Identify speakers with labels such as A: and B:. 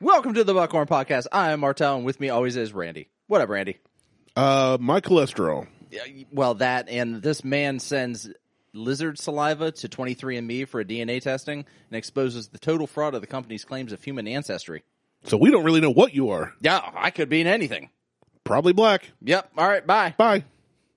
A: Welcome to the Buckhorn Podcast. I am Martel, and with me always is Randy. What up, Randy?
B: Uh, my cholesterol.
A: Yeah, Well, that and this man sends lizard saliva to 23andMe for a DNA testing and exposes the total fraud of the company's claims of human ancestry.
B: So we don't really know what you are.
A: Yeah, I could be in anything.
B: Probably black.
A: Yep. All right. Bye.
B: Bye.